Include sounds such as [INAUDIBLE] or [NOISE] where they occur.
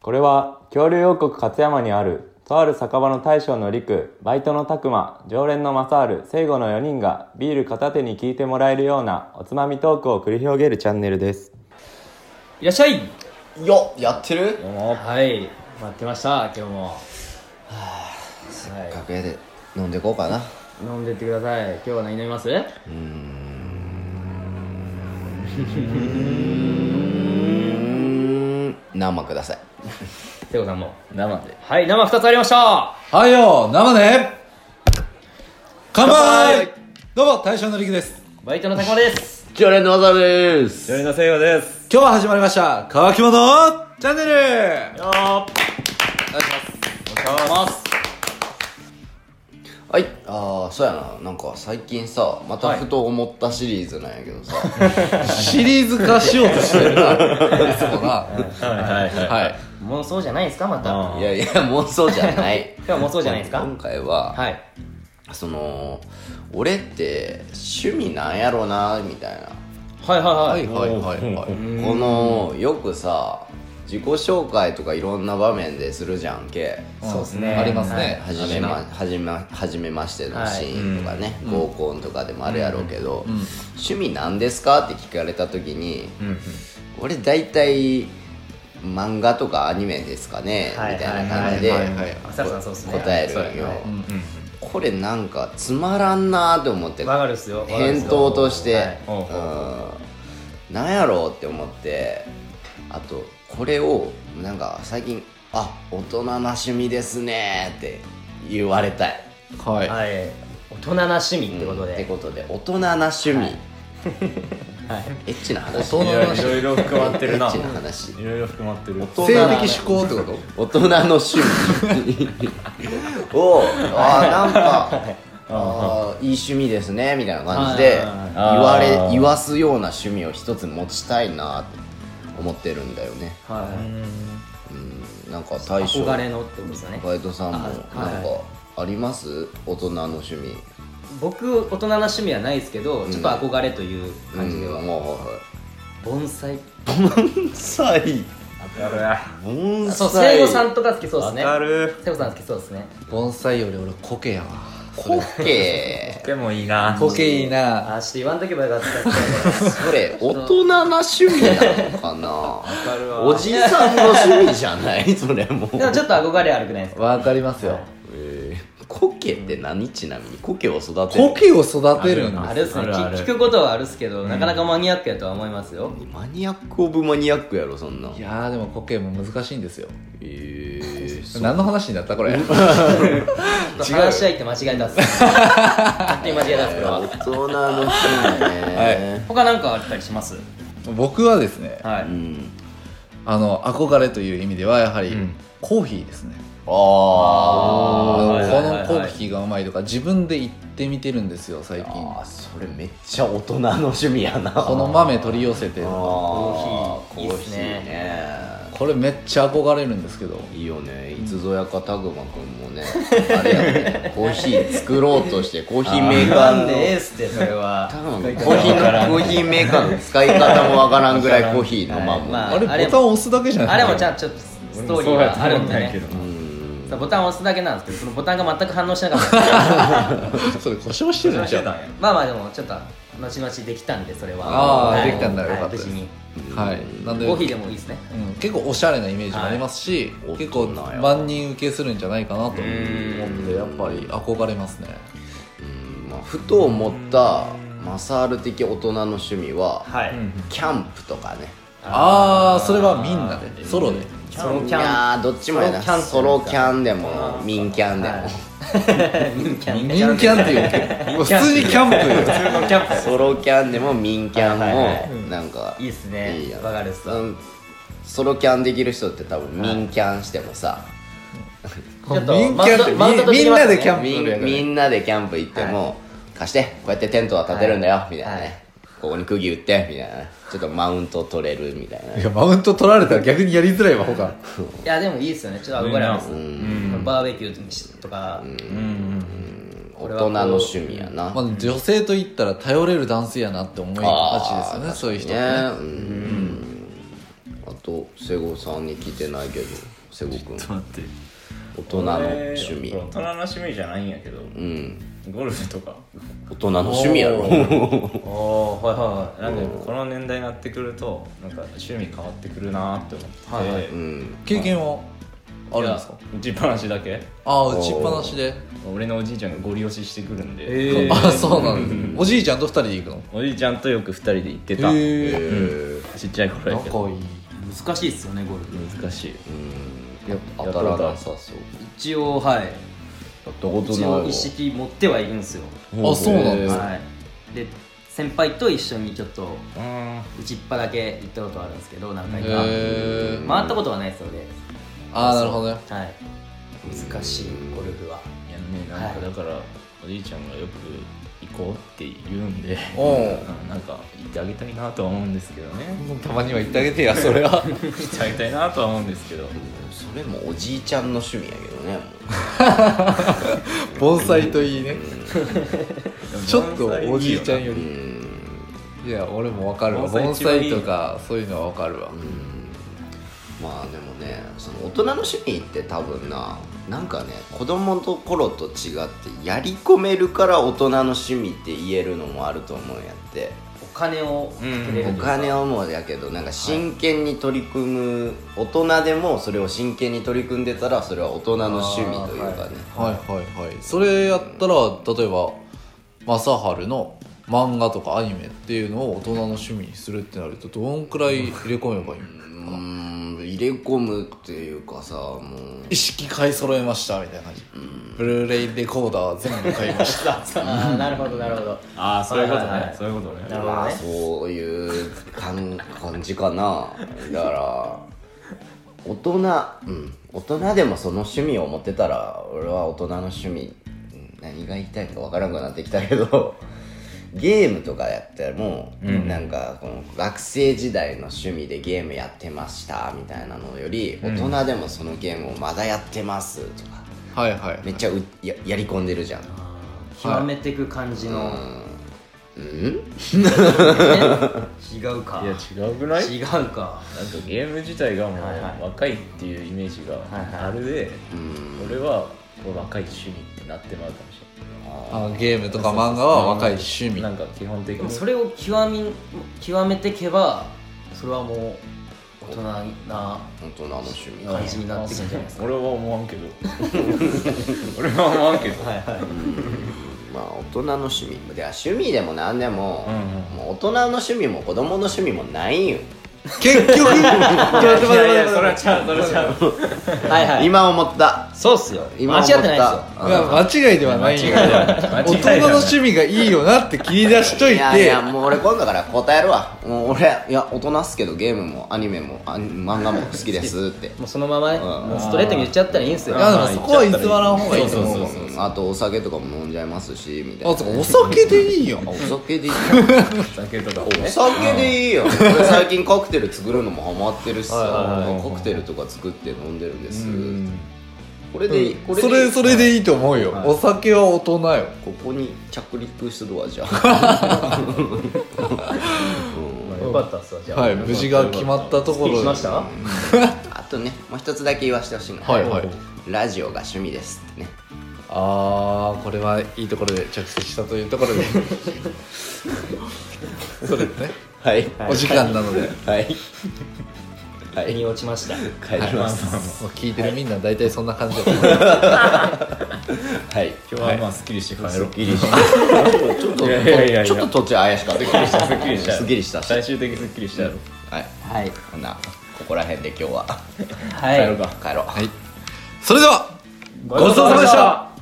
これは恐竜王国勝山にあるとある酒場の大将の陸バイトの拓磨常連の正治聖護の4人がビール片手に聞いてもらえるようなおつまみトークを繰り広げるチャンネルですいらっしゃいよやってるどうもはい待ってました今日もは楽屋で飲んでこうかない飲んでってください今日は何飲みます生ください瀬尾さんも生ではい生2つありましたはいよ生で乾杯どうも大将のりくですバイトの高間です常連のわざです米田聖護です今日は始まりました乾き物チャンネルよーはいああそうやななんか最近さまたふと思ったシリーズなんやけどさ、シリーズ化しようとして [LAUGHS] るなそうなはいはいはもうそうじゃないですかまたいいやいや妄想じゃない今日はもうそうじゃないですか今回は、はいその俺って趣味なんやろなみたいなはいははいいはいはいはいはいこのよくさ自己紹介とかいろんな場面でするじゃんけそうですねありますねはじめまはじめまはじめましてのシーンとかね、合コンとかでもあるやろうけど、趣味なんですかって聞かれた時に、俺大体漫画とかアニメですかね、はいみたいな感じで、はいはいはい浅野さんそうっすね答えるんよ、うんこれなんかつまらんなと思ってわかるっすよわかるっすよ返答として、はいうんなんやろうって思ってあとこれをなんか最近「あ大人な趣味ですね」って言われたいはいはい大人な趣味ってことうんってでことで大人な趣味、エッチな話大人のいろいろ含まってるなエッチな話いろいろ含まってる大性人な的趣向ってこと大人の趣味をあーなんかあーいい趣味ですねみたいな感じで言わはいはいれ言わすような趣味を一つ持ちたいなって思ってるんだよねはいうんなんか大将憧れのってことですよねバイトさんもなんかあはいあります大人の趣味僕大人な趣味はないですけどちょっと憧れという感じではうんもうはいはい盆栽盆栽盆そう栽聖子さんとか好きそうですねわかる聖子さん好きそうですね盆栽より俺コケやわコケでもいいなコケいいなああちょっと言わんとけばよかったっすねそれ大人な趣味なのかなおじさんの趣味じゃない [LAUGHS] それもうでもちょっと憧れあるくないですかわかりますよえーコケって何ちなみにコケを育てるコケを育てるんあだれですねあるあるき聞くことはあるっすけどなかなかマニアックやとは思いますよマニアックオブマニアックやろそんなんいやーでもコケも難しいんですよえーそう何の話になったこれちょっと話し合いって間違えたっす勝手に間違えたっすこれ大は人の趣味ね他なんかあったりします [LAUGHS] 僕はですねはいうんあの憧れという意味ではやはり、コーヒーですねはいはいはいああのはいこのコーヒーがうまいとか自分で行ってみてるんですよ最ー近あーそれめっちゃ大人の趣味やなこの豆取り寄せてあーコーヒーコーヒいーいっすねこれめっちゃ憧れるんですけどいいよねいつぞやかたぐまくんもねあれやねコーヒー作ろうとしてコーヒーメー言カわーんのでええっすってそれは多分コーヒーのコーヒーメーカーの使い方もわからんぐらいコーヒー飲まんもんね、はいまあれあれボタン押すだけじゃないあれですもか [LAUGHS] ちゃんちょっとストーリーがあるんでねそうボタン押すだけなんですけどそのボタンが全く反応しなかったそれ故障してるんじゃんはまあまあでもちょっと後々できたんでそれはあーはいできたんだよはいよかったです無事にいなんでコーヒーでもいいですねうん結構おしゃれなイメージもありますし、はい結構大人や万人受けするんじゃないかなと思ってんやっぱり憧れますねうんまあ、ふと思ったマサール的大人の趣味ははいキャンプとかねああーそれはみんなでソロでソロいキャンやーどっちもやなソソロロキキャンでも民キャンでも、はい人キャン人キャンっていう普通にキャンプよ普通のキャンプソロキャンでも民キャンはいはいはいもなんかいいっすねやんわかるっすわうんソロキャンできる人って多分民キャンしてもさ、ちょっと民キャンってマウントみみんなでキャンプみんするやからみんなでキャンプ行っても、貸してこうやってテントは立てるんだよ、みたいなね、はいここに釘打ってみたいなねちょっとマウント取れるみたいないやマウント取られたら逆にやりづらいわ他いやでもいいっすよねちょっと憧れますバーベキューとか大人の趣味やな、まあ、女性と言ったら頼れる男性やなって思いがちですよねそういう人ってねねうんと瀬尾さんに聞いてないけど瀬尾君待って大人の趣味大人の趣味じゃないんやけどうんゴルフとか大人の趣味やろおおはいはいはいなんでこの年代になってくるとなんか趣味変わってくるなーって思って、はいはいうん経験はあるんですか打ちっぱなしだけああ打ちっぱなしで俺のおじいちゃんがゴリ押ししてくるんで、えあそうなんだおじいちゃんと二人で行くの [LAUGHS] おじいちゃんとよく2人で行ってたへえちっちゃい頃やけど仲いい難しいっすよねゴルフ難しいや当たらなさそう一応はいやったこと一ないわ応一式持ってはいるんですよあそうなんだはいで先輩と一緒にちょっと打ちっぱだけ行ったことあるんですけど何回かへー回ったことはないですのでああなるほどねはい難しいゴルフはやねなんかだから、おじいちゃんがよく行こうって言うんでううんなんか行ってあげたいなとは思うんですけど [LAUGHS] ねんたまには言ってあげてやそれ [LAUGHS] 行はってあげたいなとは思うんですけどそれもおじいちゃんの趣味やけどねも盆栽といいねちょっとおじいちゃんよううりんいや俺もわかるわ盆盆栽栽とかそういうのはわかるわまあでもねその大人の趣味って多分ななんかね子供の頃と違ってやり込めるから大人の趣味って言えるのもあると思うんやってお金をかけれるお金をもやけどなんか真剣に取り組む、大人でもそれを真剣に取り組んでたらそれは大人の趣味というかね、はいはいはいそれやったら例えば正治の漫画とかアニメっていうのを大人の趣味にするってなるとどんくらい入れ込めばいいのうーん入れ込むっていうかさもう意識買い揃えましたみたいな感じブルーレイレコーダー全部買いましたああなるほどなるほどああそういうことね、はいはいはいそういうことねなるほどまあねそういう感感じかなだから大人うん大人でもその趣味を持ってたら俺は大人の趣味うん何が言いたいのかわからんくなってきたけど [LAUGHS] ゲームとかやったらもう、なんかこの学生時代の趣味でゲームやってましたみたいなのより大人でもそのゲームをまだやってますとか、 [LAUGHS] はいはいめっちゃうややり込んでるじゃんあー極めてく感じの、うん違うかいや違うくない違うかなんかゲーム自体がもはいはいう若いっていうイメージがいはいあれで、うん俺はこう若い趣味ってなってまうかもしれあゲームとか漫画は若い趣味ないなんか基本的でもにそれを極み極めてけばそれはもう大人な大人の趣味感じになってくんじゃないですか俺は思わんけど [LAUGHS] 俺は思わんけどはいはいまあ大人の趣味では趣味でも何でも,、うんうんもう大人の趣味も子供の趣味もないんよ、結局ちょっと待ってい待っやいてやそれはちゃうそれはちゃ [LAUGHS] うはいはい今思ったそうっすよ今間違思っってたないですいや間違いではないんや間違大い人ないの趣味がいいよなって切り出しといていやいやもう俺今度から答えるわもう俺いや大人っすけどゲームもアニメもあ漫画も好きですってよもうそのままねんもうストレートに言っちゃったらいいんすよいやでもそこは偽らん方がいいと思うそうわそううんあとお酒とかも飲んじゃいますしみたいなあそうかお酒でいいよあお酒でいいよ酒とかお酒でいいよ俺最近カクテル作るのもハマってるしさカクテルとか作って飲んでるんですこれでいいこれそでいれいそれでいいと思うよお酒は大人よここに着陸するわじゃあ [LAUGHS] よかったっすわじゃあはい無事が決まったところしましたはあとねもう一つだけ言わせてほしいのはいはいラジオが趣味ですってねあーこれはいいところで着席したというところでそれでねはいお時間なのではいい腑に落ちました帰りますもう聞いてるみんな大体そんな感じだと思うはい今日はまあすっきりして帰ろう、 [LAUGHS] ちょっといやいやいやいやちょっと途中怪しかったけどすっきりしたすっきりしたし最終的にすっきりしたやろ、はいはいこんなここら辺で今日ははい帰ろうそれではごちそうさまでした